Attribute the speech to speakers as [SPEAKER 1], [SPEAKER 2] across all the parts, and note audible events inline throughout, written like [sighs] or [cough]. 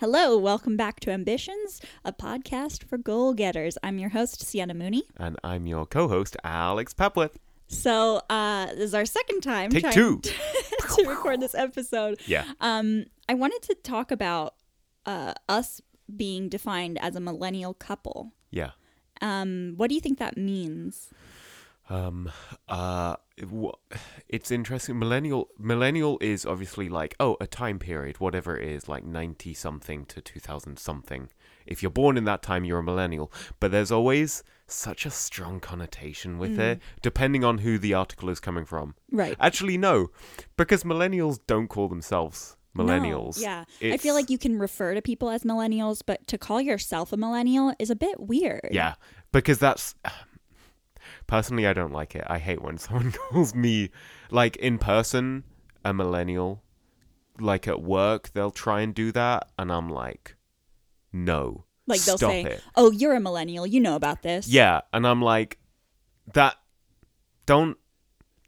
[SPEAKER 1] Hello, welcome back to Ambitions, a podcast for goal getters. I'm your host, Sienna Mooney.
[SPEAKER 2] And I'm your co host, Alex Papworth.
[SPEAKER 1] So, uh, this is our second time
[SPEAKER 2] Take
[SPEAKER 1] trying
[SPEAKER 2] two.
[SPEAKER 1] [laughs] to record this episode.
[SPEAKER 2] Yeah.
[SPEAKER 1] Um, I wanted to talk about uh, us being defined as a millennial couple.
[SPEAKER 2] Yeah.
[SPEAKER 1] Um, what do you think that means?
[SPEAKER 2] Um, uh, it wa- it's interesting. Millennial, millennial is obviously like oh, a time period, whatever it is, like ninety something to two thousand something. If you're born in that time, you're a millennial. But there's always such a strong connotation with it, depending on who the article is coming from.
[SPEAKER 1] Mm. Right.
[SPEAKER 2] Actually, no, because millennials don't call themselves millennials.
[SPEAKER 1] No, yeah. I feel
[SPEAKER 2] It's-
[SPEAKER 1] like you can refer to people as millennials, but to call yourself a millennial is a bit weird.
[SPEAKER 2] Yeah, because that's [sighs] personally I don't like it. I hate when [laughs] someone calls me like in person a millennial. Like at work, they'll try and do that, and I'm like, no,
[SPEAKER 1] Like they'll
[SPEAKER 2] stop
[SPEAKER 1] say,
[SPEAKER 2] it.
[SPEAKER 1] "Oh, you're a millennial. You know about this."
[SPEAKER 2] Yeah, and I'm like, that don't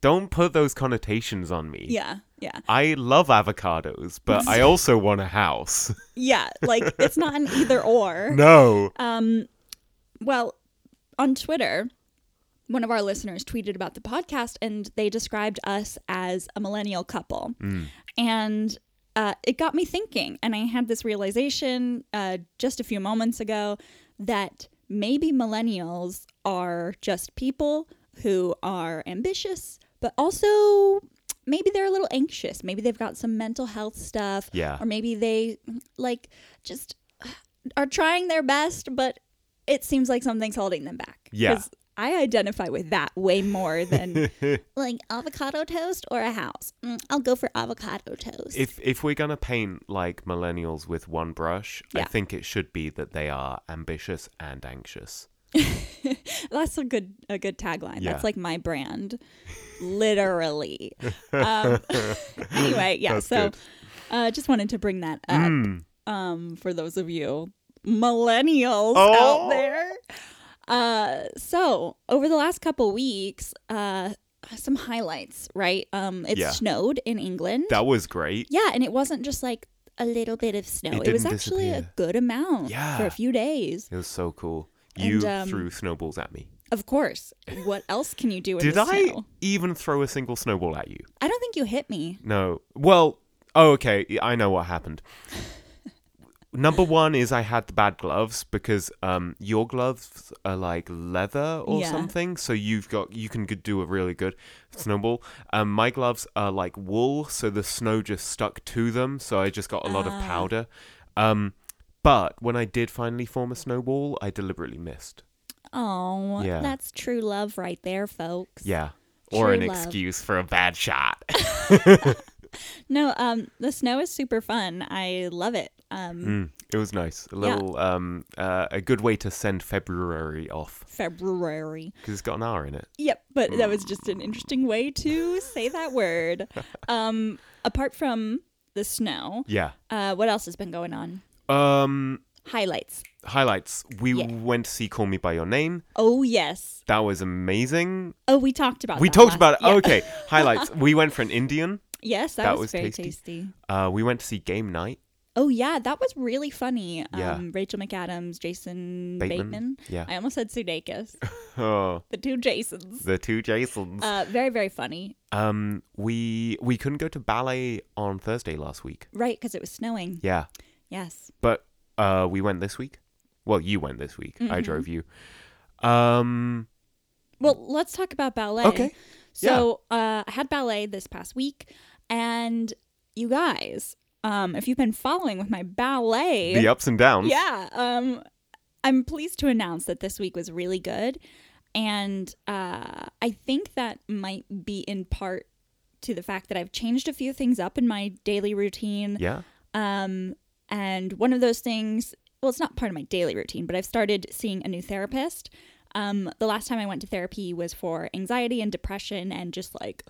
[SPEAKER 2] don't put those connotations on me.
[SPEAKER 1] Yeah. Yeah.
[SPEAKER 2] I love avocados, but
[SPEAKER 1] [laughs]
[SPEAKER 2] I also want a house. [laughs]
[SPEAKER 1] Yeah, like it's not an either or.
[SPEAKER 2] No.
[SPEAKER 1] Um, well, on Twitter, one of our listeners tweeted about the podcast and they described us as a millennial couple.
[SPEAKER 2] Mm.
[SPEAKER 1] And uh, it got me thinking. And I had this realization uh, just a few moments ago that maybe millennials are just people who are ambitious, but also maybe they're a little anxious. Maybe they've got some mental health stuff.
[SPEAKER 2] Yeah.
[SPEAKER 1] Or maybe they like just are trying their best, but it seems like something's holding them back.
[SPEAKER 2] Yeah.
[SPEAKER 1] 'Cause I identify with that way more
[SPEAKER 2] [laughs]
[SPEAKER 1] than like avocado toast or a house. Mm, I'll go for avocado toast.
[SPEAKER 2] if if we're gonna paint like millennials with one brush, I
[SPEAKER 1] Yeah.
[SPEAKER 2] think it should be that they are ambitious and anxious.
[SPEAKER 1] [laughs] That's a good a good tagline.
[SPEAKER 2] Yeah.
[SPEAKER 1] That's like my brand,
[SPEAKER 2] [laughs]
[SPEAKER 1] literally. um, [laughs] anyway, yeah.
[SPEAKER 2] That's
[SPEAKER 1] so,
[SPEAKER 2] good.
[SPEAKER 1] uh, just wanted to bring that up um, for those of you millennials out
[SPEAKER 2] Oh.
[SPEAKER 1] there. Uh, so over the last couple weeks, uh, some highlights. Right, um, it
[SPEAKER 2] Yeah.
[SPEAKER 1] snowed in England.
[SPEAKER 2] That was great.
[SPEAKER 1] yeah, and it wasn't just like a little bit of snow. It,
[SPEAKER 2] It
[SPEAKER 1] was
[SPEAKER 2] didn't
[SPEAKER 1] actually a
[SPEAKER 2] disappear.
[SPEAKER 1] good amount for
[SPEAKER 2] Yeah.
[SPEAKER 1] a few days.
[SPEAKER 2] It was so cool.
[SPEAKER 1] And,
[SPEAKER 2] You
[SPEAKER 1] um,
[SPEAKER 2] threw snowballs at me.
[SPEAKER 1] Of course. What else can you do in
[SPEAKER 2] Did
[SPEAKER 1] the
[SPEAKER 2] I
[SPEAKER 1] snow?
[SPEAKER 2] even throw a single snowball at you?
[SPEAKER 1] I don't think you hit me.
[SPEAKER 2] No. Well, oh, okay. I know what happened. Number one is I had the bad gloves because um, your gloves are like leather or
[SPEAKER 1] Yeah.
[SPEAKER 2] something, so you've got you can good- do a really good snowball. Um, my gloves are like wool, so the snow just stuck to them, so I just got a lot
[SPEAKER 1] Ah.
[SPEAKER 2] of powder. Um, but when I did finally form a snowball, I deliberately missed.
[SPEAKER 1] Oh,
[SPEAKER 2] Yeah.
[SPEAKER 1] that's true love right there, folks.
[SPEAKER 2] Yeah, or
[SPEAKER 1] True
[SPEAKER 2] an
[SPEAKER 1] love.
[SPEAKER 2] excuse for a bad shot. [laughs]
[SPEAKER 1] No, um the snow is super fun. I love it. Um
[SPEAKER 2] Mm, it was nice. A little, um, uh, a good way to send February off
[SPEAKER 1] February.
[SPEAKER 2] because it's got an R in it.
[SPEAKER 1] Yep, but that
[SPEAKER 2] Mm.
[SPEAKER 1] was just an interesting way to say that
[SPEAKER 2] [laughs]
[SPEAKER 1] word. Um apart from the snow,
[SPEAKER 2] Yeah.
[SPEAKER 1] uh what else has been going on?
[SPEAKER 2] Um,
[SPEAKER 1] Highlights.
[SPEAKER 2] highlights. We
[SPEAKER 1] Yeah.
[SPEAKER 2] went to see Call Me by Your Name.
[SPEAKER 1] Oh yes.
[SPEAKER 2] That was amazing.
[SPEAKER 1] Oh, we talked about
[SPEAKER 2] we
[SPEAKER 1] that
[SPEAKER 2] talked
[SPEAKER 1] last-
[SPEAKER 2] about it.
[SPEAKER 1] yeah. [laughs]
[SPEAKER 2] Okay. Highlights. We went for an Indian.
[SPEAKER 1] Yes, that,
[SPEAKER 2] That
[SPEAKER 1] was,
[SPEAKER 2] was
[SPEAKER 1] very
[SPEAKER 2] tasty.
[SPEAKER 1] tasty.
[SPEAKER 2] Uh, we went to see Game Night.
[SPEAKER 1] Oh yeah, that was really funny. Um,
[SPEAKER 2] Yeah.
[SPEAKER 1] Rachel McAdams, Jason Bateman.
[SPEAKER 2] Bateman. Yeah.
[SPEAKER 1] I almost said Sudeikis.
[SPEAKER 2] [laughs] Oh,
[SPEAKER 1] the two Jasons.
[SPEAKER 2] the two Jasons.
[SPEAKER 1] Uh, very very funny,
[SPEAKER 2] um, we we couldn't go to ballet on Thursday last week.
[SPEAKER 1] right? Because it was snowing.
[SPEAKER 2] Yeah.
[SPEAKER 1] Yes.
[SPEAKER 2] but uh, we went this week. Well, you went this week.
[SPEAKER 1] Mm-hmm.
[SPEAKER 2] I drove you. Um,
[SPEAKER 1] Well, let's talk about ballet.
[SPEAKER 2] Okay.
[SPEAKER 1] So uh, I had ballet this past week, and you guys, um, if you've been following with my ballet,
[SPEAKER 2] the ups and downs.
[SPEAKER 1] Yeah. Um, I'm pleased to announce that this week was really good. And uh, I think that might be in part to the fact that I've changed a few things up in my daily routine.
[SPEAKER 2] Yeah.
[SPEAKER 1] Um, and one of those things, well, it's not part of my daily routine, but I've started seeing a new therapist. Um, the last time I went to therapy was for anxiety and depression and just like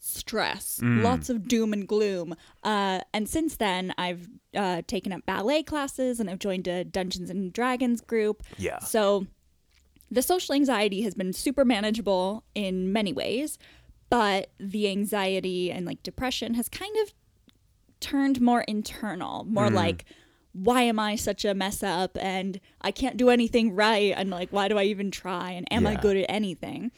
[SPEAKER 1] stress, lots of doom and gloom. Uh, and since then, I've uh, taken up ballet classes and I've joined a Dungeons and Dragons group.
[SPEAKER 2] Yeah.
[SPEAKER 1] So the social anxiety has been super manageable in many ways, but the anxiety and like depression has kind of turned more internal, more like why am I such a mess up and I can't do anything right and like why do I even try and am I
[SPEAKER 2] Yeah.
[SPEAKER 1] good at anything?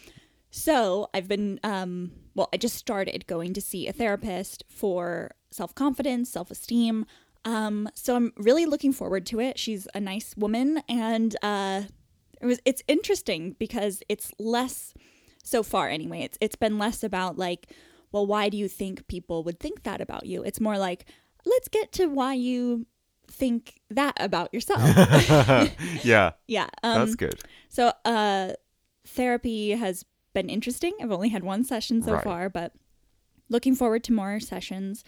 [SPEAKER 1] So I've been um well, I just started going to see a therapist for self-confidence, self-esteem. Um so I'm really looking forward to it. She's a nice woman and uh it was it's interesting because it's less so far anyway it's it's been less about like well why do you think people would think that about you it's more like let's get to why you think that about yourself
[SPEAKER 2] [laughs] yeah,
[SPEAKER 1] yeah
[SPEAKER 2] that's
[SPEAKER 1] um
[SPEAKER 2] good.
[SPEAKER 1] so uh therapy has been interesting i've only had one session so
[SPEAKER 2] Right.
[SPEAKER 1] far but looking forward to more sessions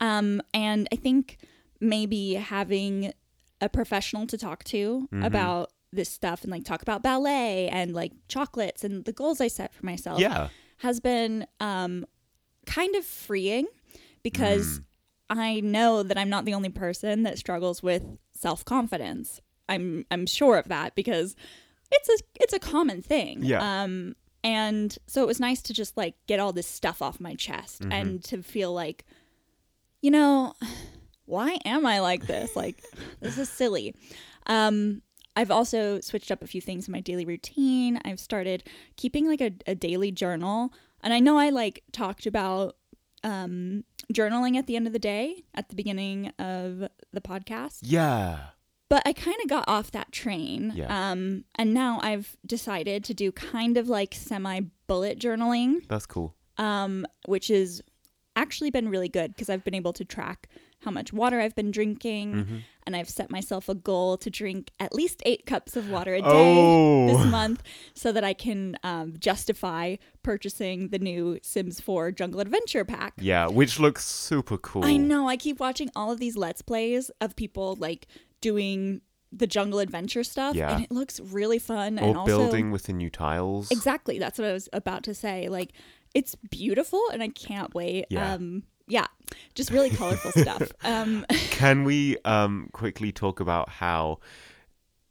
[SPEAKER 1] um and i think maybe having a professional to talk to about this stuff and like talk about ballet and like chocolates and the goals i set for myself
[SPEAKER 2] Yeah,
[SPEAKER 1] has been um, kind of freeing because I know that I'm not the only person that struggles with self confidence. I'm I'm sure of that because it's a it's a common thing.
[SPEAKER 2] Yeah.
[SPEAKER 1] Um, and so it was nice to just like get all this stuff off my chest and to feel like, you know, why am I like this? Like, this is silly. Um, I've also switched up a few things in my daily routine. I've started keeping like a, a daily journal. And I know I like talked about um, journaling at the end of the day at the beginning of the podcast,
[SPEAKER 2] yeah,
[SPEAKER 1] but I kind of got off that train.
[SPEAKER 2] Yeah.
[SPEAKER 1] Um, and now I've decided to do kind of like semi bullet journaling
[SPEAKER 2] that's cool.
[SPEAKER 1] um, which is actually been really good because I've been able to track how much water I've been drinking,
[SPEAKER 2] Mm-hmm.
[SPEAKER 1] and I've set myself a goal to drink at least eight cups of water a day
[SPEAKER 2] Oh. [laughs]
[SPEAKER 1] this month, so that I can um, justify purchasing the new Sims 4 Jungle Adventure pack.
[SPEAKER 2] Yeah, which looks super cool.
[SPEAKER 1] I know. I keep watching all of these let's plays of people like doing the jungle adventure stuff
[SPEAKER 2] Yeah.
[SPEAKER 1] and it looks really fun
[SPEAKER 2] Or
[SPEAKER 1] and also
[SPEAKER 2] building with the new tiles.
[SPEAKER 1] Exactly. That's what I was about to say. Like, it's beautiful and I can't wait.
[SPEAKER 2] Yeah.
[SPEAKER 1] Um, yeah. Just really colorful
[SPEAKER 2] [laughs]
[SPEAKER 1] stuff. Um, [laughs]
[SPEAKER 2] Can we um, quickly talk about how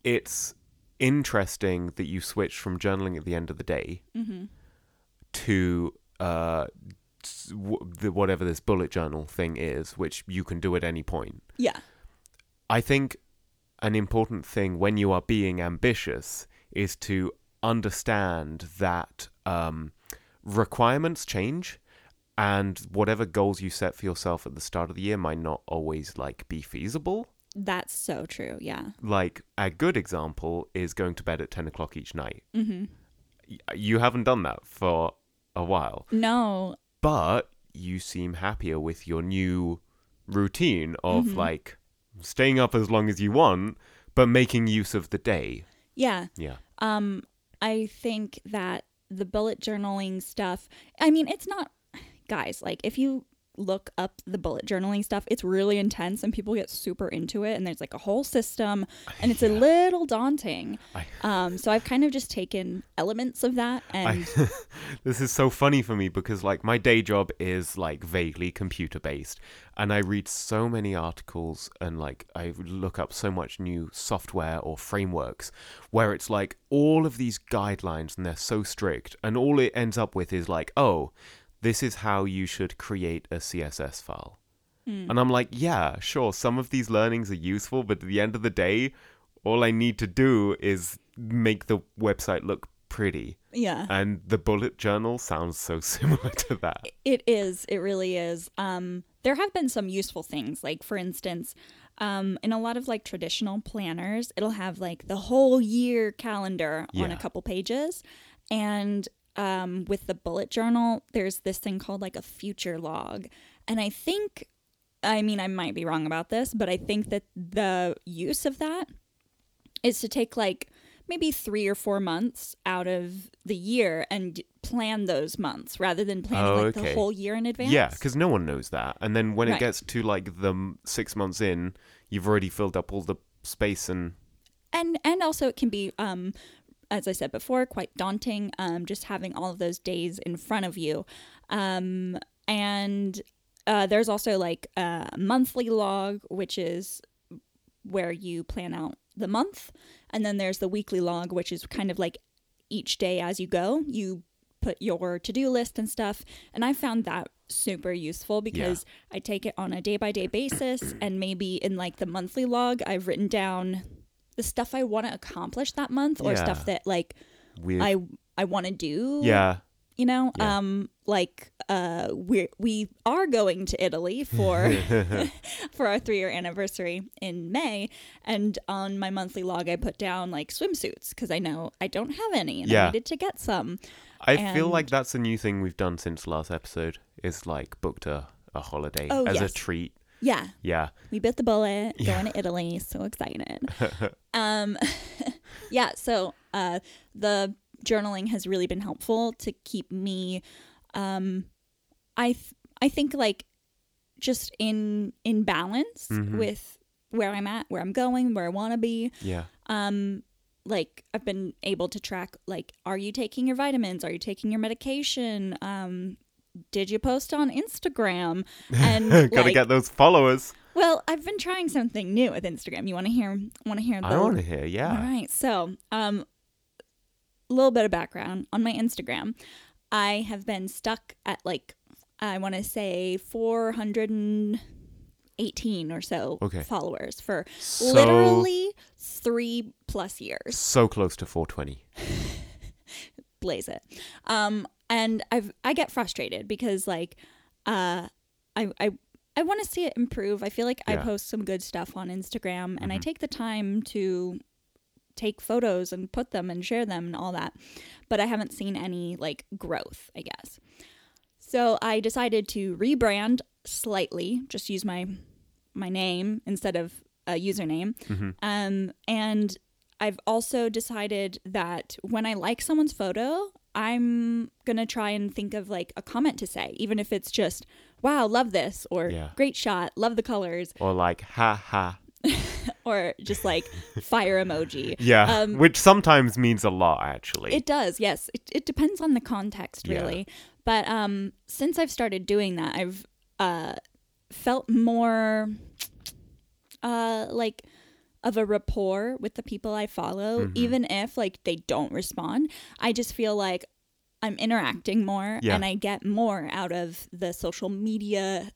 [SPEAKER 2] it's interesting that you switched from journaling at the end of the day
[SPEAKER 1] Mm-hmm.
[SPEAKER 2] to uh, s- w- the, whatever this bullet journal thing is, which you can do at any point?
[SPEAKER 1] yeah.
[SPEAKER 2] I think an important thing when you are being ambitious is to understand that um, requirements change and whatever goals you set for yourself at the start of the year might not always like be feasible
[SPEAKER 1] That's so true. Yeah.
[SPEAKER 2] like a good example is going to bed at 10 o'clock each night mm-hmm. you haven't done that for a while
[SPEAKER 1] No.
[SPEAKER 2] but you seem happier with your new routine of like staying up as long as you want but making use of the day
[SPEAKER 1] Yeah.
[SPEAKER 2] yeah
[SPEAKER 1] Um, I think that the bullet journaling stuff, I mean, it's not, guys, like, if you look up the bullet journaling stuff, it's really intense and people get super into it. And there's like a whole system and it's a little daunting.
[SPEAKER 2] I-
[SPEAKER 1] um, so I've kind of just taken elements of that
[SPEAKER 2] [laughs]
[SPEAKER 1] and.
[SPEAKER 2] this is so funny for me because like my day job is like vaguely computer based and i read so many articles and like i look up so much new software or frameworks where it's like all of these guidelines and they're so strict and all it ends up with is like oh this is how you should create a css file and i'm like yeah sure some of these learnings are useful but at the end of the day all i need to do is make the website look pretty
[SPEAKER 1] Yeah,
[SPEAKER 2] and the bullet journal sounds so [laughs] similar to that.
[SPEAKER 1] it is. It really is. Um, there have been some useful things, like for instance, um, in a lot of like traditional planners, it'll have like the whole year calendar on
[SPEAKER 2] Yeah.
[SPEAKER 1] a couple pages, and um, with the bullet journal, there's this thing called like a future log, and I think, I mean, I might be wrong about this, but I think that the use of that is to take like maybe three or four months out of the year and plan those months rather than planning
[SPEAKER 2] Oh,
[SPEAKER 1] like
[SPEAKER 2] okay.
[SPEAKER 1] the whole year in advance.
[SPEAKER 2] Yeah, because no one knows that. And then when it
[SPEAKER 1] Right.
[SPEAKER 2] gets to like the m- six months in, you've already filled up all the space and
[SPEAKER 1] and and also it can be um as i said before quite daunting um just having all of those days in front of you um and uh, there's also like a monthly log which is where you plan out the month and then there's the weekly log which is kind of like each day as you go you put your to do list and stuff. And I found that super useful because I take it on a day by day basis. and maybe in like the monthly log, I've written down the stuff I want to accomplish that month or
[SPEAKER 2] Yeah.
[SPEAKER 1] stuff that like
[SPEAKER 2] Weird.
[SPEAKER 1] I I want to do.
[SPEAKER 2] yeah.
[SPEAKER 1] You know,
[SPEAKER 2] Yeah.
[SPEAKER 1] um, like uh, we we are going to Italy
[SPEAKER 2] [laughs]
[SPEAKER 1] for [laughs] for our three year anniversary in May, and on my monthly log I put down like swimsuits because I know I don't have any and I
[SPEAKER 2] Yeah.
[SPEAKER 1] needed to get some.
[SPEAKER 2] I feel like
[SPEAKER 1] And-
[SPEAKER 2] that's a new thing we've done since last episode. Is like booked a, a holiday
[SPEAKER 1] Oh,
[SPEAKER 2] as
[SPEAKER 1] yes.
[SPEAKER 2] a treat.
[SPEAKER 1] Yeah,
[SPEAKER 2] Yeah.
[SPEAKER 1] we bit the bullet
[SPEAKER 2] Yeah.
[SPEAKER 1] going to Italy. So
[SPEAKER 2] [laughs]
[SPEAKER 1] excited. um, [laughs] yeah. So uh, the journaling has really been helpful to keep me. Um, I th- I think like just in in balance
[SPEAKER 2] Mhm.
[SPEAKER 1] with where I'm at, where I'm going, where I want to be.
[SPEAKER 2] Yeah.
[SPEAKER 1] um like i've been able to track like are you taking your vitamins are you taking your medication um did you post on
[SPEAKER 2] [laughs]
[SPEAKER 1] instagram and
[SPEAKER 2] Gotta
[SPEAKER 1] like,
[SPEAKER 2] get those followers.
[SPEAKER 1] well i've been trying something new with instagram you want to hear want to hear the
[SPEAKER 2] I want to hear. Yeah.
[SPEAKER 1] all right so um a little bit of background on my instagram i have been stuck at like i want to say 418 or so
[SPEAKER 2] Okay.
[SPEAKER 1] followers for
[SPEAKER 2] So,
[SPEAKER 1] literally three plus years
[SPEAKER 2] so close to 420.
[SPEAKER 1] blaze it. Um, and I've I get frustrated because like, uh, I I I want to see it improve. I feel like I
[SPEAKER 2] Yeah.
[SPEAKER 1] post some good stuff on Instagram, and I take the time to take photos and put them and share them and all that, but I haven't seen any like growth. I guess. So I decided to rebrand slightly, just use my my name instead of a username. Um, and I've also decided that when I like someone's photo, I'm gonna try and think of like a comment to say, even if it's just "Wow, love this" or
[SPEAKER 2] Yeah.
[SPEAKER 1] "Great shot," "Love the colors,"
[SPEAKER 2] Or like, ha ha.
[SPEAKER 1] or just like fire emoji.
[SPEAKER 2] Yeah.
[SPEAKER 1] Um,
[SPEAKER 2] which sometimes means a lot, actually.
[SPEAKER 1] It does, yes. It, it depends on the context,
[SPEAKER 2] Yeah.
[SPEAKER 1] really. But um, since I've started doing that, I've uh, felt more uh, like of a rapport with the people I follow,
[SPEAKER 2] Mm-hmm.
[SPEAKER 1] even if like they don't respond. I just feel like I'm interacting more
[SPEAKER 2] Yeah.
[SPEAKER 1] and I get more out of the social media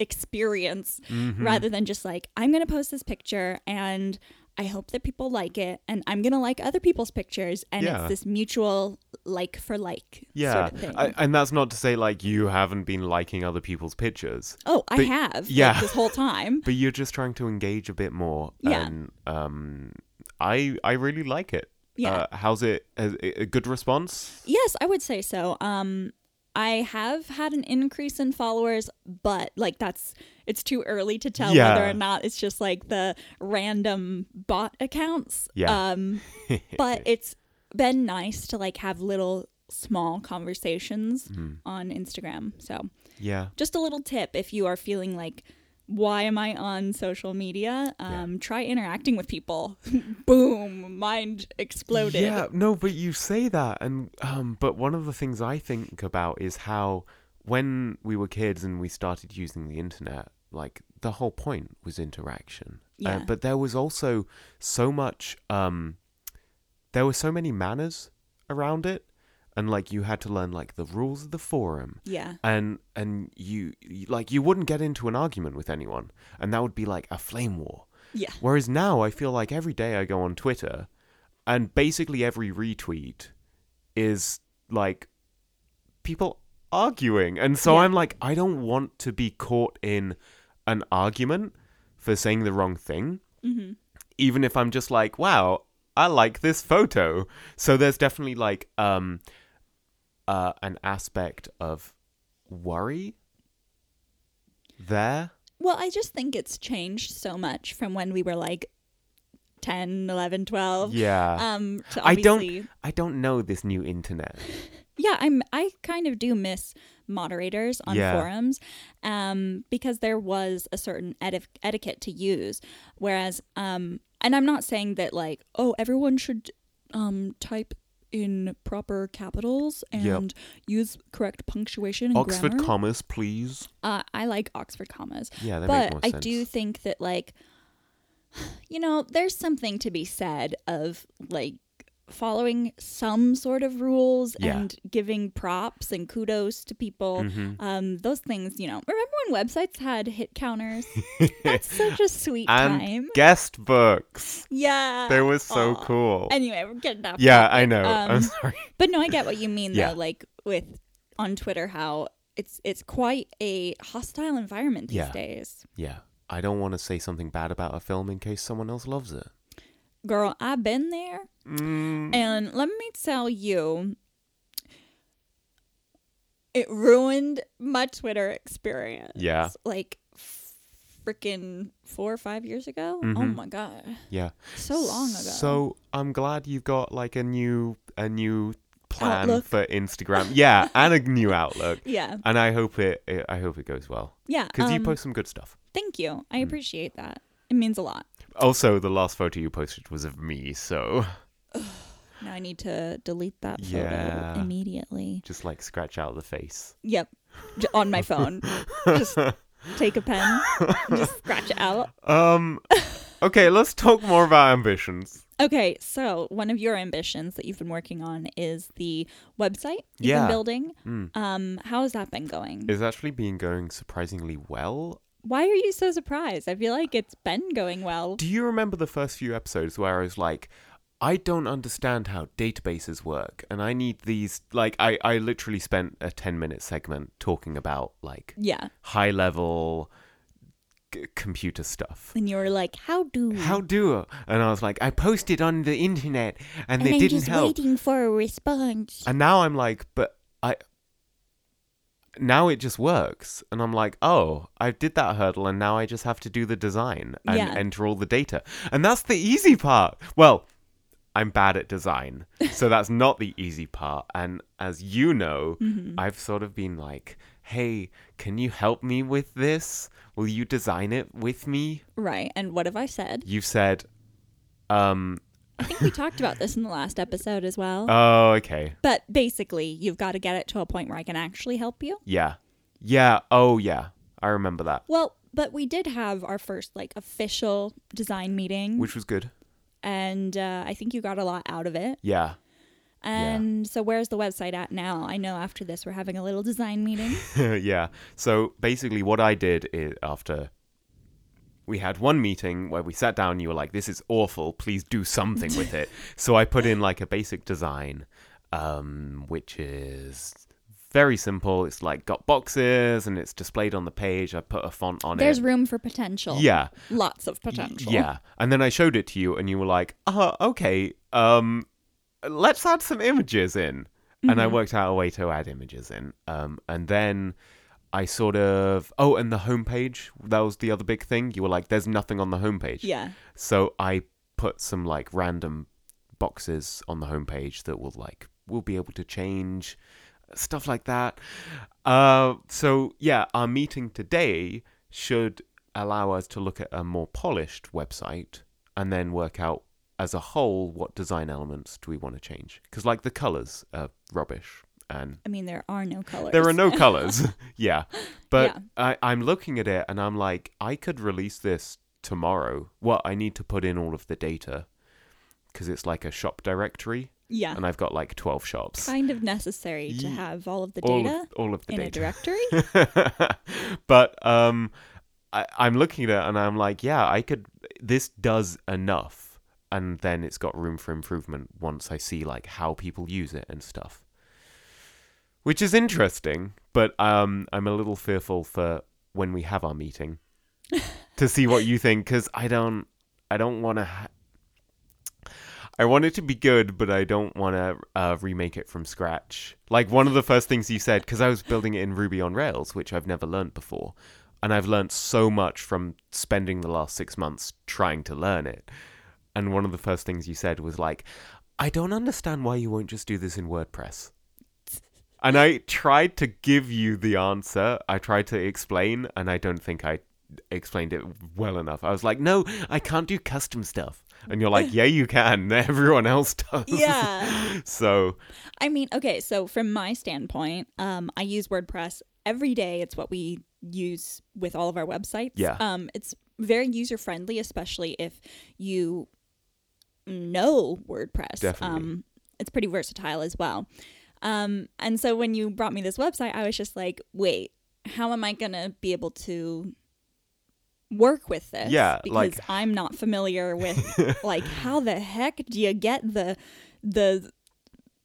[SPEAKER 1] experience
[SPEAKER 2] Mm. Mm-hmm.
[SPEAKER 1] rather than just like I'm going to post this picture and I hope that people like it and I'm going to like other people's pictures and
[SPEAKER 2] Yeah.
[SPEAKER 1] it's this mutual like for like
[SPEAKER 2] yeah.
[SPEAKER 1] sort of thing.
[SPEAKER 2] I, and that's not to say like you haven't been liking other people's pictures,
[SPEAKER 1] oh, I
[SPEAKER 2] but-
[SPEAKER 1] have like,
[SPEAKER 2] yeah.
[SPEAKER 1] this whole time.
[SPEAKER 2] but you're just trying to engage a bit more.
[SPEAKER 1] Yeah.
[SPEAKER 2] And um, I I really like it.
[SPEAKER 1] Yeah.
[SPEAKER 2] Uh, how's it? A, a good response?
[SPEAKER 1] Yes, I would say so. Um I have had an increase in followers, but like that's it's too early to tell
[SPEAKER 2] Yeah.
[SPEAKER 1] whether or not it's just like the random bot accounts.
[SPEAKER 2] Yeah.
[SPEAKER 1] Um
[SPEAKER 2] [laughs]
[SPEAKER 1] but it's been nice to like have little small conversations
[SPEAKER 2] Mm-hmm.
[SPEAKER 1] on Instagram. So,
[SPEAKER 2] Yeah.
[SPEAKER 1] just a little tip if you are feeling like why am I on social media?
[SPEAKER 2] Yeah.
[SPEAKER 1] Um, Try interacting with people. [laughs] Boom, mind exploded.
[SPEAKER 2] Yeah, no, but you say that, and um, but one of the things I think about is how when we were kids and we started using the internet, like the whole point was interaction. Uh,
[SPEAKER 1] Yeah.
[SPEAKER 2] but there was also so much. Um, there were so many manners around it, and like you had to learn like the rules of the forum,
[SPEAKER 1] Yeah.
[SPEAKER 2] and and you you- like you wouldn't get into an argument with anyone, and that would be like a flame war.
[SPEAKER 1] Yeah.
[SPEAKER 2] Whereas now I feel like every day I go on Twitter and basically every retweet is like people arguing. And so
[SPEAKER 1] Yeah.
[SPEAKER 2] I'm like, I don't want to be caught in an argument for saying the wrong thing.
[SPEAKER 1] Mhm.
[SPEAKER 2] Even if I'm just like, wow, I like this photo. So there's definitely like um uh an aspect of worry there.
[SPEAKER 1] Well, I just think it's changed so much from when we were like 10, 11, 12.
[SPEAKER 2] Yeah.
[SPEAKER 1] Um, to
[SPEAKER 2] I
[SPEAKER 1] obviously-
[SPEAKER 2] don't I don't know this
[SPEAKER 1] [laughs]
[SPEAKER 2] new internet.
[SPEAKER 1] yeah i'm i kind of do miss moderators on
[SPEAKER 2] Yeah.
[SPEAKER 1] forums um because there was a certain etif- etiquette to use whereas um and i'm not saying that like oh everyone should um type in proper capitals and
[SPEAKER 2] Yep.
[SPEAKER 1] use correct punctuation and
[SPEAKER 2] Oxford
[SPEAKER 1] grammar.
[SPEAKER 2] commas, please.
[SPEAKER 1] uh, I like Oxford commas,
[SPEAKER 2] Yeah, that
[SPEAKER 1] but
[SPEAKER 2] makes more
[SPEAKER 1] I
[SPEAKER 2] sense.
[SPEAKER 1] do think [sighs] that like, you know, there's something to be said of like following some sort of rules
[SPEAKER 2] Yeah.
[SPEAKER 1] and giving props and kudos to people.
[SPEAKER 2] Mm-hmm.
[SPEAKER 1] Um, those things, you know. Remember when websites had hit
[SPEAKER 2] [laughs]
[SPEAKER 1] counters? That's such a sweet
[SPEAKER 2] and
[SPEAKER 1] time.
[SPEAKER 2] guest books.
[SPEAKER 1] Yeah.
[SPEAKER 2] They were so
[SPEAKER 1] Aw.
[SPEAKER 2] cool.
[SPEAKER 1] Anyway, we're getting off.
[SPEAKER 2] yeah,
[SPEAKER 1] topic.
[SPEAKER 2] I know. I'm
[SPEAKER 1] Um,
[SPEAKER 2] sorry. [laughs]
[SPEAKER 1] But no, I get what you mean
[SPEAKER 2] Yeah.
[SPEAKER 1] though. Like with on Twitter, how it's it's quite a hostile environment these
[SPEAKER 2] Yeah.
[SPEAKER 1] days.
[SPEAKER 2] Yeah. I don't want to say something bad about a film in case someone else loves it.
[SPEAKER 1] Girl, I've been there,
[SPEAKER 2] Mm.
[SPEAKER 1] and let me tell you, it ruined my Twitter experience.
[SPEAKER 2] Yeah.
[SPEAKER 1] like freaking four or five years ago. Oh my god,
[SPEAKER 2] Yeah.
[SPEAKER 1] so long ago.
[SPEAKER 2] Mm-hmm. So I'm glad you've got like a new a new plan
[SPEAKER 1] Outlook.
[SPEAKER 2] for Instagram. Yeah, and a new outlook.
[SPEAKER 1] yeah,
[SPEAKER 2] And I hope it, it I hope it goes well
[SPEAKER 1] yeah.
[SPEAKER 2] because you
[SPEAKER 1] um,
[SPEAKER 2] post Mm. some good stuff.
[SPEAKER 1] thank you. I appreciate that. It means a lot.
[SPEAKER 2] Also, the last photo you posted was of me, so
[SPEAKER 1] Now I need to delete that photo
[SPEAKER 2] Yeah.
[SPEAKER 1] immediately.
[SPEAKER 2] just like scratch out the face.
[SPEAKER 1] Yep. J- on my phone.
[SPEAKER 2] [laughs]
[SPEAKER 1] just take a pen, and just scratch it out.
[SPEAKER 2] Um okay, let's talk more about ambitions.
[SPEAKER 1] Okay, so one of your ambitions that you've been working on is the website you've
[SPEAKER 2] Yeah.
[SPEAKER 1] been building.
[SPEAKER 2] Mm.
[SPEAKER 1] Um, how has that been going?
[SPEAKER 2] It's actually been going surprisingly well.
[SPEAKER 1] Why are you so surprised? I feel like it's been going well.
[SPEAKER 2] Do you remember the first few episodes where I was like, I don't understand how databases work, and I need these. Like, I, I literally spent a 10 minute segment talking about, like,
[SPEAKER 1] Yeah.
[SPEAKER 2] high level c- computer stuff.
[SPEAKER 1] And you were like, how do
[SPEAKER 2] How do I? And I was like, I posted on the internet, and,
[SPEAKER 1] and
[SPEAKER 2] they
[SPEAKER 1] I'm
[SPEAKER 2] didn't
[SPEAKER 1] just
[SPEAKER 2] help.
[SPEAKER 1] waiting for a response.
[SPEAKER 2] And now I'm like, but I. Now it just works. And I'm like, oh, I did that hurdle and now I just have to do the design and
[SPEAKER 1] Yeah.
[SPEAKER 2] enter all the data. And that's the easy part. Well, I'm bad at design. So that's not the easy part. And as you know, I've sort of been like, hey, can you help me with this? Will you design it with me?
[SPEAKER 1] right. And what have I said?
[SPEAKER 2] You've said, um,
[SPEAKER 1] I think we talked about this in the last episode as well.
[SPEAKER 2] oh, okay.
[SPEAKER 1] but basically, you've got to get it to a point where I can actually help you.
[SPEAKER 2] Yeah. Yeah. Oh, yeah. I remember that.
[SPEAKER 1] Well, but we did have our first like official design meeting,
[SPEAKER 2] which was good.
[SPEAKER 1] and uh, I think you got a lot out of it.
[SPEAKER 2] Yeah.
[SPEAKER 1] And so, where's the website at now? I know after this we're having a little design meeting.
[SPEAKER 2] [laughs] yeah. So basically, what I did is after we had one meeting where we sat down, you were like, this is awful. Please do something with it. so I put in like a basic design, um, which is very simple. It's like got boxes and it's displayed on the page. I put a font on
[SPEAKER 1] There's
[SPEAKER 2] it.
[SPEAKER 1] room for potential.
[SPEAKER 2] Yeah.
[SPEAKER 1] lots of potential.
[SPEAKER 2] Yeah. And then I showed it to you and you were like, uh, okay, um, let's add some images in. And I worked out a way to add images in. Um, and then I sort of, oh, and the homepage, that was the other big thing. You were like, there's nothing on the
[SPEAKER 1] [laughs]
[SPEAKER 2] homepage.
[SPEAKER 1] yeah.
[SPEAKER 2] So I put some like random boxes on the homepage that will like, we'll be able to change stuff like that. Uh, so yeah, our meeting today should allow us to look at a more polished website and then work out as a whole what design elements do we want to change because like the colors are rubbish and
[SPEAKER 1] I mean, there are no colors.
[SPEAKER 2] there are no colors [laughs] yeah but
[SPEAKER 1] Yeah.
[SPEAKER 2] I, i'm looking at it and i'm like i could release this tomorrow well i need to put in all of the data because it's like a shop directory
[SPEAKER 1] Yeah,
[SPEAKER 2] and i've got like 12 shops
[SPEAKER 1] kind of necessary to
[SPEAKER 2] Ye-
[SPEAKER 1] have all of the
[SPEAKER 2] all
[SPEAKER 1] data
[SPEAKER 2] of, all of the
[SPEAKER 1] in a
[SPEAKER 2] data
[SPEAKER 1] directory.
[SPEAKER 2] [laughs] but um, I, I'm looking at it and I'm like, yeah, I could. This does enough, and then it's got room for improvement once I see like how people use it and stuff, which is interesting. But um, I'm a little fearful for when we have our meeting to see what you think because I don't, I don't want to. Ha- I want it to be good, but I don't want to uh, remake it from scratch. Like one of the first things you said, because I was building it in Ruby on Rails, which I've never learnt before, and I've learnt so much from spending the last six months trying to learn it. And one of the first things you said was like, "I don't understand why you won't just do this in WordPress." And I tried to give you the answer. I tried to explain, and I don't think I explained it well enough. I was like, "No, I can't do custom stuff." And you're like, "Yeah, you can. [laughs] Everyone else does."
[SPEAKER 1] yeah.
[SPEAKER 2] so,
[SPEAKER 1] I mean, okay, so from my standpoint, um, I use WordPress every day. It's what we use with all of our websites.
[SPEAKER 2] Yeah.
[SPEAKER 1] Um, it's very user friendly, especially if you know WordPress.
[SPEAKER 2] Definitely.
[SPEAKER 1] Um, it's pretty versatile as well. Um, and so when you brought me this website, I was just like, wait, how am I going to be able to work with this?
[SPEAKER 2] Yeah,
[SPEAKER 1] because
[SPEAKER 2] like-
[SPEAKER 1] I'm not familiar
[SPEAKER 2] [laughs]
[SPEAKER 1] with like how the heck do you get the the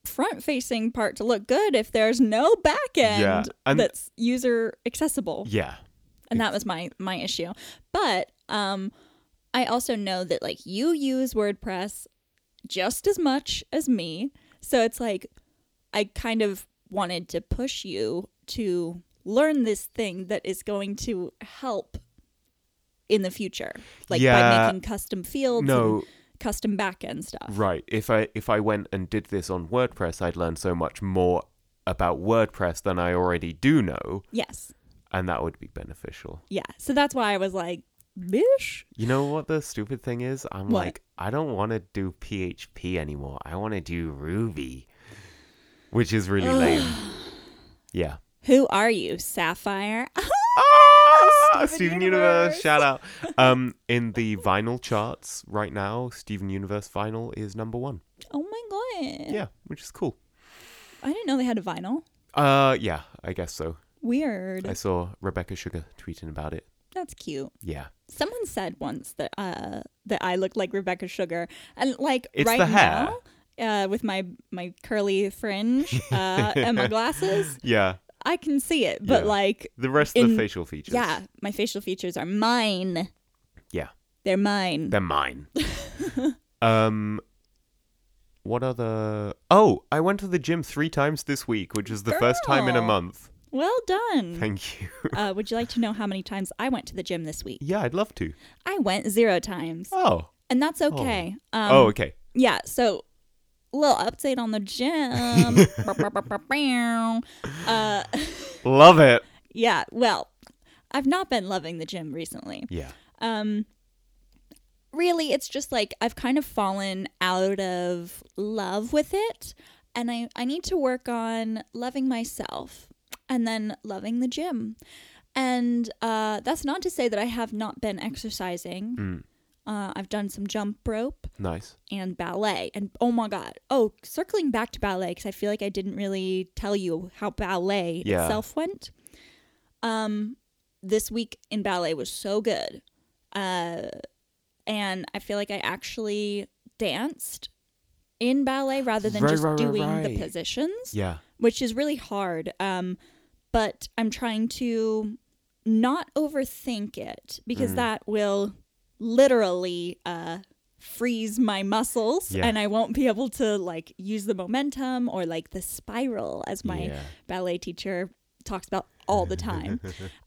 [SPEAKER 1] front facing part to look good if there's no back end
[SPEAKER 2] Yeah, and-
[SPEAKER 1] that's user accessible?
[SPEAKER 2] Yeah.
[SPEAKER 1] and that was my my issue but um i also know that like you use wordpress just as much as me so it's like i kind of wanted to push you to learn this thing that is going to help in the future like by
[SPEAKER 2] Yeah.
[SPEAKER 1] making custom fields
[SPEAKER 2] No.
[SPEAKER 1] and custom backend stuff
[SPEAKER 2] Right. If I if I went and did this on WordPress, I'd learn so much more about WordPress than I already do know,
[SPEAKER 1] yes
[SPEAKER 2] and that would be beneficial.
[SPEAKER 1] yeah so that's why i was like bish
[SPEAKER 2] You know what the stupid thing is? I'm
[SPEAKER 1] What?
[SPEAKER 2] like, I don't want to do PHP anymore. I want to do Ruby, which is really lame. Yeah.
[SPEAKER 1] who are you sapphire [laughs]
[SPEAKER 2] Ah,
[SPEAKER 1] Steven
[SPEAKER 2] Steven Universe,
[SPEAKER 1] Universe.
[SPEAKER 2] shout
[SPEAKER 1] [laughs]
[SPEAKER 2] out. Um, in the vinyl charts right now, Steven Universe vinyl is number one.
[SPEAKER 1] oh my god
[SPEAKER 2] Yeah, which is cool.
[SPEAKER 1] i didn't know they had a vinyl
[SPEAKER 2] Uh, yeah, I guess so.
[SPEAKER 1] Weird.
[SPEAKER 2] I saw Rebecca Sugar tweeting about it.
[SPEAKER 1] That's cute.
[SPEAKER 2] Yeah,
[SPEAKER 1] Someone said once that uh that I looked like Rebecca Sugar, and like
[SPEAKER 2] It's
[SPEAKER 1] right
[SPEAKER 2] the hair.
[SPEAKER 1] now, uh, with my my curly
[SPEAKER 2] [laughs]
[SPEAKER 1] fringe uh, and my glasses,
[SPEAKER 2] yeah.
[SPEAKER 1] I can see it. But
[SPEAKER 2] Yeah.
[SPEAKER 1] like,
[SPEAKER 2] The rest of
[SPEAKER 1] In-
[SPEAKER 2] the facial features.
[SPEAKER 1] yeah, my facial features are mine.
[SPEAKER 2] yeah.
[SPEAKER 1] They're mine.
[SPEAKER 2] They're mine. [laughs] um, what other? Oh, I went to the gym three times this week, which is the first time in a
[SPEAKER 1] Girl.
[SPEAKER 2] month.
[SPEAKER 1] well done.
[SPEAKER 2] Thank you. [laughs]
[SPEAKER 1] Uh, would you like to know how many times I went to the gym this week?
[SPEAKER 2] yeah, I'd love to.
[SPEAKER 1] I went zero times,
[SPEAKER 2] Oh.
[SPEAKER 1] and that's okay. Um,
[SPEAKER 2] oh, okay.
[SPEAKER 1] yeah so little update on the
[SPEAKER 2] [laughs]
[SPEAKER 1] gym Bow, bow, bow, bow, bow. uh
[SPEAKER 2] Love it.
[SPEAKER 1] yeah well i've not been loving the gym recently
[SPEAKER 2] Yeah.
[SPEAKER 1] um really it's just like i've kind of fallen out of love with it and i i need to work on loving myself and then loving the gym and uh that's not to say that i have not been exercising
[SPEAKER 2] Mm.
[SPEAKER 1] uh, i've done some jump rope
[SPEAKER 2] Nice.
[SPEAKER 1] and ballet. And oh my God. Oh, circling back to ballet, because I feel like I didn't really tell you how ballet
[SPEAKER 2] Yeah.
[SPEAKER 1] itself went. Um, this week in ballet was so good. Uh, and I feel like I actually danced in ballet rather than
[SPEAKER 2] Right,
[SPEAKER 1] just
[SPEAKER 2] right, right,
[SPEAKER 1] doing
[SPEAKER 2] right.
[SPEAKER 1] the positions
[SPEAKER 2] Yeah.
[SPEAKER 1] which is really hard. Um, but I'm trying to not overthink it
[SPEAKER 2] Mm.
[SPEAKER 1] because that will literally uh, freeze my muscles
[SPEAKER 2] Yeah.
[SPEAKER 1] and I won't be able to like use the momentum or like the spiral as my
[SPEAKER 2] Yeah.
[SPEAKER 1] ballet teacher talks about all the
[SPEAKER 2] [laughs]
[SPEAKER 1] time.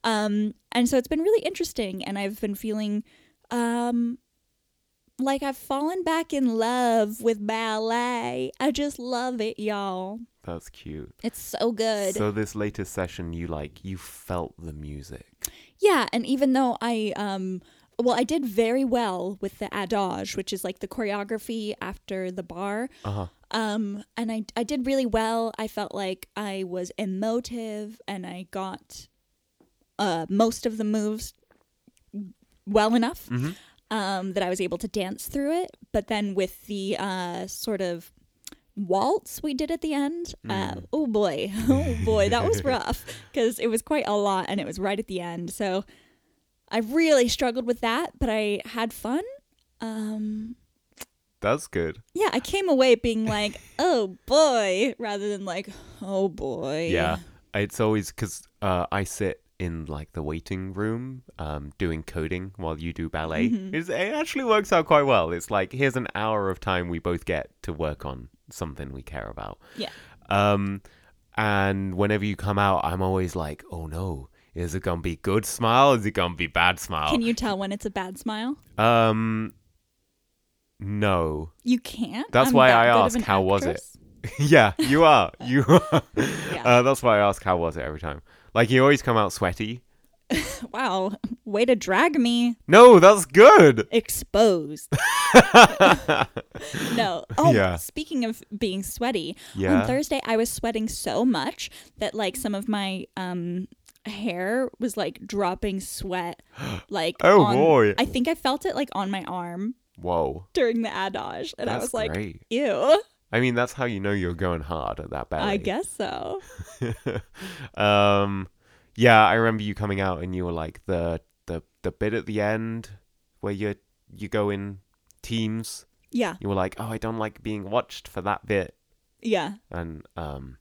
[SPEAKER 1] um, and so it's been really interesting and I've been feeling um, like I've fallen back in love with ballet. I just love it, y'all.
[SPEAKER 2] That's cute.
[SPEAKER 1] It's so good.
[SPEAKER 2] So this latest session, you like you felt the music.
[SPEAKER 1] yeah, and even though I um well, I did very well with the adage, which is like the choreography after the bar.
[SPEAKER 2] Uh huh.
[SPEAKER 1] Um and I I did really well. I felt like I was emotive and I got uh most of the moves well enough
[SPEAKER 2] Mhm.
[SPEAKER 1] um that I was able to dance through it, but then with the uh sort of waltz we did at the end.
[SPEAKER 2] Mm.
[SPEAKER 1] Uh, oh boy, [laughs] oh boy, that
[SPEAKER 2] [laughs]
[SPEAKER 1] was rough because it was quite a lot and it was right at the end. So I really struggled with that, but I had fun. Um,
[SPEAKER 2] That's good.
[SPEAKER 1] yeah, I came away being like,
[SPEAKER 2] [laughs]
[SPEAKER 1] oh boy, rather than like, oh boy.
[SPEAKER 2] Yeah. [laughs] It's always because uh, I sit in like the waiting room um, doing coding while you do ballet.
[SPEAKER 1] Mm-hmm.
[SPEAKER 2] It's, it actually works out quite well. It's like here's an hour of time we both get to work on something we care about.
[SPEAKER 1] Yeah.
[SPEAKER 2] Um, and whenever you come out, I'm always like, oh no, is it gonna be good smile? Is it gonna be bad smile?
[SPEAKER 1] Can you tell when it's a bad smile?
[SPEAKER 2] um, no. [laughs]
[SPEAKER 1] You can't.
[SPEAKER 2] That's
[SPEAKER 1] I'm
[SPEAKER 2] why
[SPEAKER 1] that
[SPEAKER 2] I
[SPEAKER 1] good of
[SPEAKER 2] ask,
[SPEAKER 1] an
[SPEAKER 2] how was it?
[SPEAKER 1] actress?
[SPEAKER 2] yeah, you are. You are.
[SPEAKER 1] [laughs] Yeah.
[SPEAKER 2] Uh, that's why I ask how was it every time. Like you always come out sweaty.
[SPEAKER 1] Wow, [laughs] way to drag me.
[SPEAKER 2] No, that's good. [laughs]
[SPEAKER 1] exposed. no. Oh,
[SPEAKER 2] Yeah.
[SPEAKER 1] speaking of being sweaty,
[SPEAKER 2] Yeah.
[SPEAKER 1] on Thursday I was sweating so much that like some of my um hair was like dropping
[SPEAKER 2] [gasps]
[SPEAKER 1] sweat like
[SPEAKER 2] Oh,
[SPEAKER 1] on-
[SPEAKER 2] boy.
[SPEAKER 1] I think I felt it like on my arm
[SPEAKER 2] Whoa.
[SPEAKER 1] during the adage and I
[SPEAKER 2] That's
[SPEAKER 1] was like
[SPEAKER 2] great.
[SPEAKER 1] ew
[SPEAKER 2] I mean, that's how you know you're going hard at that ballet.
[SPEAKER 1] I guess so.
[SPEAKER 2] [laughs] um, yeah, I remember you coming out and you were like the the the bit at the end where you you go in teams.
[SPEAKER 1] Yeah.
[SPEAKER 2] You were like, oh, I don't like being watched for that bit,
[SPEAKER 1] Yeah.
[SPEAKER 2] and um,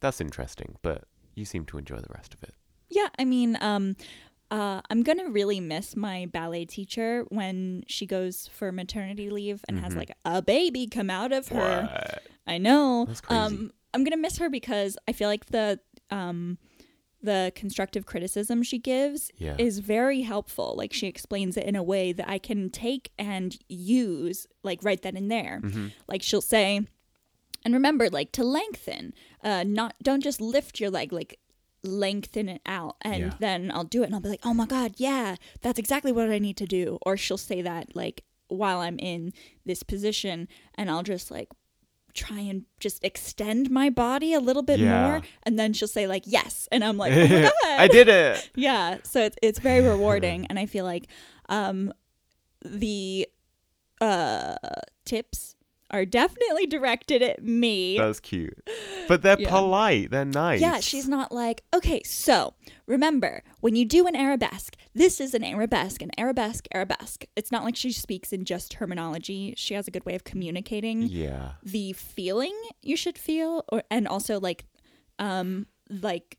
[SPEAKER 2] that's interesting. But you seem to enjoy the rest of it.
[SPEAKER 1] Yeah, I mean, um, uh, I'm gonna really miss my ballet teacher when she goes for maternity leave and has like a baby come out of her.
[SPEAKER 2] Mm-hmm. What?
[SPEAKER 1] I know.
[SPEAKER 2] That's crazy.
[SPEAKER 1] Um, I'm gonna miss her because I feel like the um, the constructive criticism she gives
[SPEAKER 2] Yeah.
[SPEAKER 1] is very helpful. Like she explains it in a way that I can take and use, like right then and there.
[SPEAKER 2] Mm-hmm.
[SPEAKER 1] [laughs] Like she'll say, and remember, like to lengthen, uh, not don't just lift your leg, like lengthen it out and
[SPEAKER 2] Yeah.
[SPEAKER 1] then I'll do it and I'll be like, "Oh my god, yeah, that's exactly what I need to do." Or she'll say that like while I'm in this position and I'll just like try and just extend my body a little bit
[SPEAKER 2] Yeah.
[SPEAKER 1] more and then she'll say like, "Yes." And I'm like, "Oh my god."
[SPEAKER 2] [laughs] I did it.
[SPEAKER 1] yeah, so it's it's very rewarding and I feel like um the uh tips are definitely directed at me.
[SPEAKER 2] That was cute. But they're
[SPEAKER 1] Yeah.
[SPEAKER 2] polite. They're nice.
[SPEAKER 1] Yeah, she's not like, okay, so remember, when you do an arabesque, this is an arabesque, an arabesque, arabesque. It's not like she speaks in just terminology. She has a good way of communicating
[SPEAKER 2] Yeah.
[SPEAKER 1] the feeling you should feel or and also like um like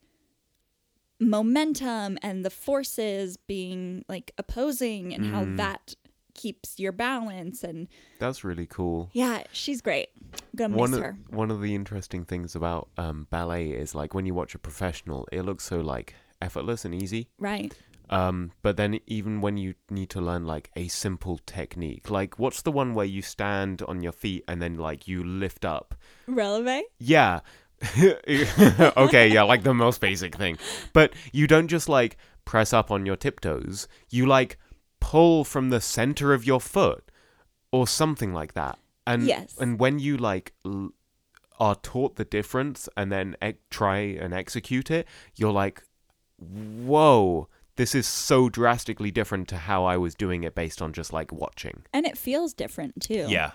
[SPEAKER 1] momentum and the forces being like opposing and
[SPEAKER 2] Mm.
[SPEAKER 1] how that keeps your balance and
[SPEAKER 2] That's really cool.
[SPEAKER 1] yeah, she's great. gonna
[SPEAKER 2] one
[SPEAKER 1] miss
[SPEAKER 2] of,
[SPEAKER 1] her.
[SPEAKER 2] one of the interesting things about um, ballet is like when you watch a professional, it looks so like effortless and easy.
[SPEAKER 1] Right.
[SPEAKER 2] Um, but then even when you need to learn like a simple technique, like what's the one where you stand on your feet and then like you lift up?
[SPEAKER 1] Releve?
[SPEAKER 2] Yeah. [laughs] okay, yeah, like the most basic thing. But you don't just like press up on your tiptoes. You like pull from the center of your foot or something like that. And
[SPEAKER 1] Yes.
[SPEAKER 2] and when you like l- are taught the difference and then e- try and execute it, you're like whoa, this is so drastically different to how I was doing it based on just like watching.
[SPEAKER 1] And it feels different too.
[SPEAKER 2] Yeah.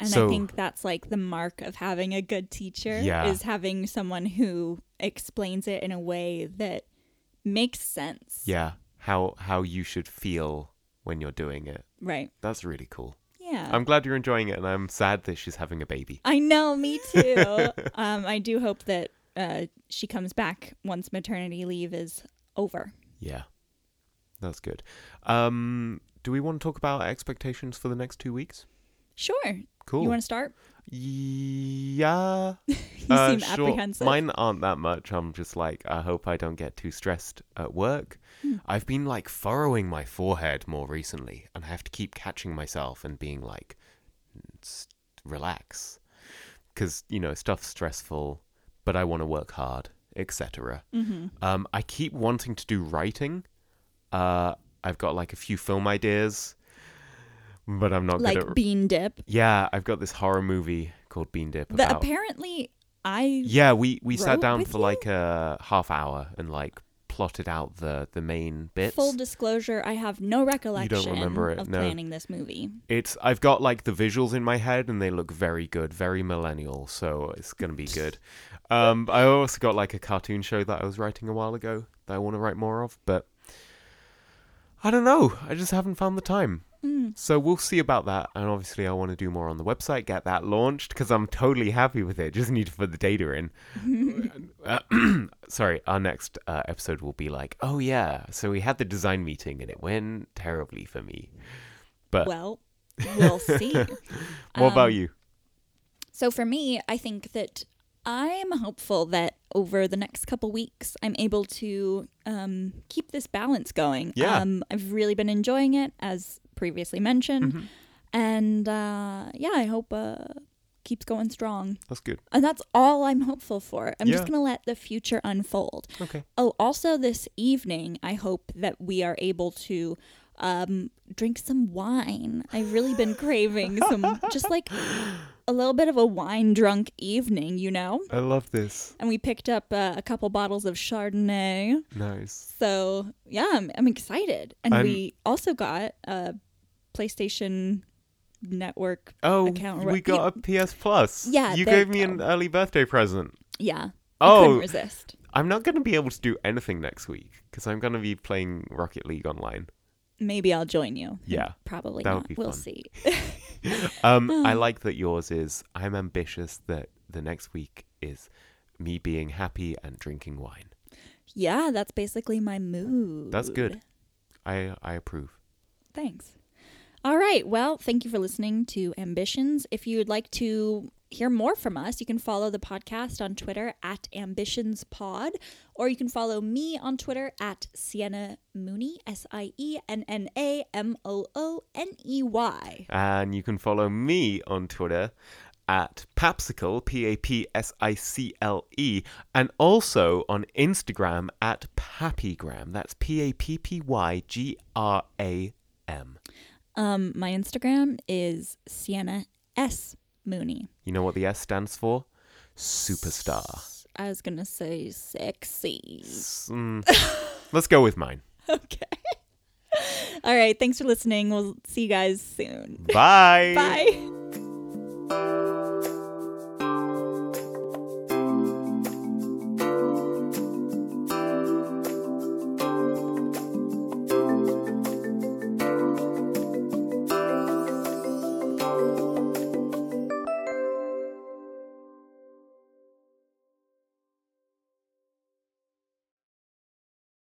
[SPEAKER 1] And
[SPEAKER 2] So-
[SPEAKER 1] I think that's like the mark of having a good teacher
[SPEAKER 2] Yeah.
[SPEAKER 1] is having someone who explains it in a way that makes sense.
[SPEAKER 2] Yeah. How how you should feel when you're doing it.
[SPEAKER 1] Right.
[SPEAKER 2] That's really cool.
[SPEAKER 1] Yeah.
[SPEAKER 2] I'm glad you're enjoying it, and I'm sad that she's having a baby.
[SPEAKER 1] I know, me
[SPEAKER 2] [laughs]
[SPEAKER 1] too. um, I do hope that uh, she comes back once maternity leave is over.
[SPEAKER 2] Yeah, that's good. Um, do we want to talk about expectations for the next two weeks?
[SPEAKER 1] Sure.
[SPEAKER 2] Cool.
[SPEAKER 1] You want to start? [laughs]
[SPEAKER 2] Yeah. you
[SPEAKER 1] seem apprehensive.
[SPEAKER 2] Uh, Mine aren't that much. I'm just like, I hope I don't get too stressed at work.
[SPEAKER 1] Hmm.
[SPEAKER 2] I've been like furrowing my forehead more recently, and I have to keep catching myself and being like, "S- relax, because you know stuff's stressful, but I want to work hard, etc.
[SPEAKER 1] Mm-hmm.
[SPEAKER 2] Um, I keep wanting to do writing. Uh, I've got like a few film ideas, but I'm not good
[SPEAKER 1] Like
[SPEAKER 2] at
[SPEAKER 1] bean dip.
[SPEAKER 2] yeah, I've got this horror movie called Bean Dip.
[SPEAKER 1] That
[SPEAKER 2] about-
[SPEAKER 1] apparently I
[SPEAKER 2] yeah, we, we sat
[SPEAKER 1] wrote
[SPEAKER 2] down
[SPEAKER 1] with
[SPEAKER 2] for
[SPEAKER 1] you?
[SPEAKER 2] like a half hour and like plotted out the, the main bits.
[SPEAKER 1] full disclosure, I have no recollection
[SPEAKER 2] remember it,
[SPEAKER 1] of
[SPEAKER 2] no.
[SPEAKER 1] planning this movie.
[SPEAKER 2] it's I've got like the visuals in my head and they look very good, very millennial, so it's gonna be good. um, I also got like a cartoon show that I was writing a while ago that I want to write more of, but I don't know. I just haven't found the time. So we'll see about that, and obviously I want to do more on the website, get that launched because I'm totally happy with it. Just need to put the data in. sorry, our next uh, episode will be like, oh yeah, so we had the design meeting and it went terribly for me. But
[SPEAKER 1] Well,
[SPEAKER 2] [laughs]
[SPEAKER 1] we'll see.
[SPEAKER 2] what about you?
[SPEAKER 1] So for me, I think that I'm hopeful that over the next couple weeks, I'm able to um, keep this balance going.
[SPEAKER 2] Yeah.
[SPEAKER 1] Um, I've really been enjoying it, as previously mentioned.
[SPEAKER 2] Mm-hmm.
[SPEAKER 1] And uh, yeah, I hope uh, keeps going strong.
[SPEAKER 2] That's good.
[SPEAKER 1] And that's all I'm hopeful for. I'm
[SPEAKER 2] Yeah.
[SPEAKER 1] just going to let the future unfold.
[SPEAKER 2] Okay.
[SPEAKER 1] Oh, also this evening, I hope that we are able to um, drink some wine. I've really been craving some, just like a little bit of a wine drunk evening, you know?
[SPEAKER 2] I love this.
[SPEAKER 1] And we picked up uh, a couple bottles of Chardonnay.
[SPEAKER 2] Nice.
[SPEAKER 1] So, yeah, I'm, I'm excited. And
[SPEAKER 2] I'm-
[SPEAKER 1] we also got a PlayStation network
[SPEAKER 2] Oh,
[SPEAKER 1] account.
[SPEAKER 2] we got a PS Plus.
[SPEAKER 1] Yeah,
[SPEAKER 2] you
[SPEAKER 1] there
[SPEAKER 2] gave
[SPEAKER 1] you
[SPEAKER 2] me
[SPEAKER 1] go.
[SPEAKER 2] an early birthday present.
[SPEAKER 1] yeah. I
[SPEAKER 2] Oh.
[SPEAKER 1] couldn't resist.
[SPEAKER 2] I'm not going to be able to do anything next week because I'm going to be playing Rocket League online.
[SPEAKER 1] Maybe I'll join you. [laughs]
[SPEAKER 2] Yeah,
[SPEAKER 1] Probably
[SPEAKER 2] that would
[SPEAKER 1] not.
[SPEAKER 2] be
[SPEAKER 1] We'll
[SPEAKER 2] fun.
[SPEAKER 1] see. [laughs]
[SPEAKER 2] Um,
[SPEAKER 1] Ah.
[SPEAKER 2] I like that yours is. I'm ambitious that the next week is me being happy and drinking wine.
[SPEAKER 1] Yeah, that's basically my mood.
[SPEAKER 2] That's good. I I approve.
[SPEAKER 1] Thanks. All right. Well, thank you for listening to Ambitions. If you'd like to hear more from us, you can follow the podcast on Twitter at AmbitionsPod, or you can follow me on Twitter at Sienna Mooney, S I E N N A M O O N E Y.
[SPEAKER 2] And you can follow me on Twitter at Papsicle, P A P S I C L E, and also on Instagram at Pappygram. That's P A P P Y G R A M.
[SPEAKER 1] Um, my Instagram is Sienna S Mooney.
[SPEAKER 2] You know what the S stands for? Superstar.
[SPEAKER 1] I was gonna say sexy. [laughs]
[SPEAKER 2] S- mm, let's go with [laughs] mine.
[SPEAKER 1] Okay. All right. Thanks for listening. We'll see you guys soon.
[SPEAKER 2] Bye.
[SPEAKER 1] Bye.